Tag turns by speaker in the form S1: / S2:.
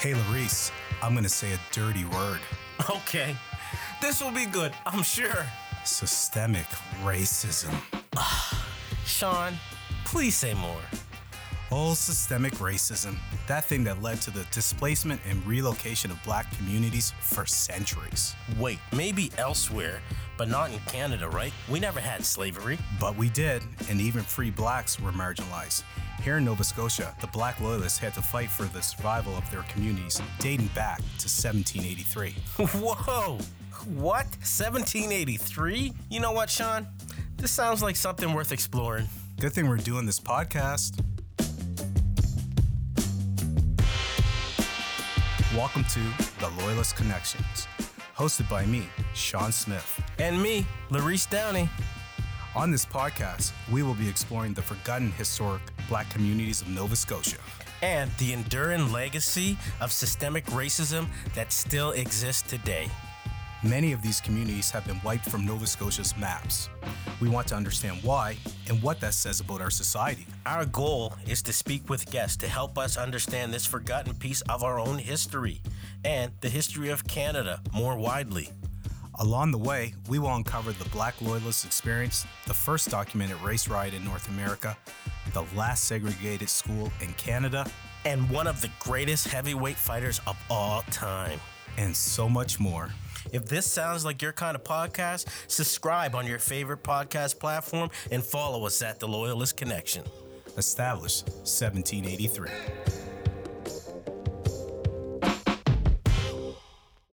S1: Hey, Larice, I'm going to say a dirty word
S2: Okay. This will be good, I'm sure.
S1: systemic racism.
S2: Sean, please say more.
S1: Old systemic racism, that thing that led to the displacement and relocation of black communities for centuries.
S2: Wait, maybe elsewhere, but not in Canada, right? We never had slavery.
S1: But we did, and even free blacks were marginalized. Here in Nova Scotia, the black loyalists had to fight for the survival of their communities dating back to 1783.
S2: Whoa! What? 1783? You know what, Sean? This sounds like something worth exploring.
S1: Good thing we're doing this podcast. Welcome to The Loyalist Connections, hosted by me, Sean Smith.
S2: And me, Larice Downey.
S1: On this podcast, we will be exploring the forgotten historic black communities of Nova Scotia.
S2: and the enduring legacy of systemic racism that still exists today.
S1: Many of these communities have been wiped from Nova Scotia's maps. We want to understand why and what that says about our society.
S2: Our goal is to speak with guests to help us understand this forgotten piece of our own history and the history of Canada more widely.
S1: Along the way, we will uncover the Black Loyalist experience, the first documented race riot in North America, the last segregated school in Canada,
S2: And one of the greatest heavyweight fighters of all time.
S1: and so much more.
S2: If this sounds like your kind of podcast, subscribe on your favorite podcast platform and follow us at The Loyalist Connection.
S1: Established 1783.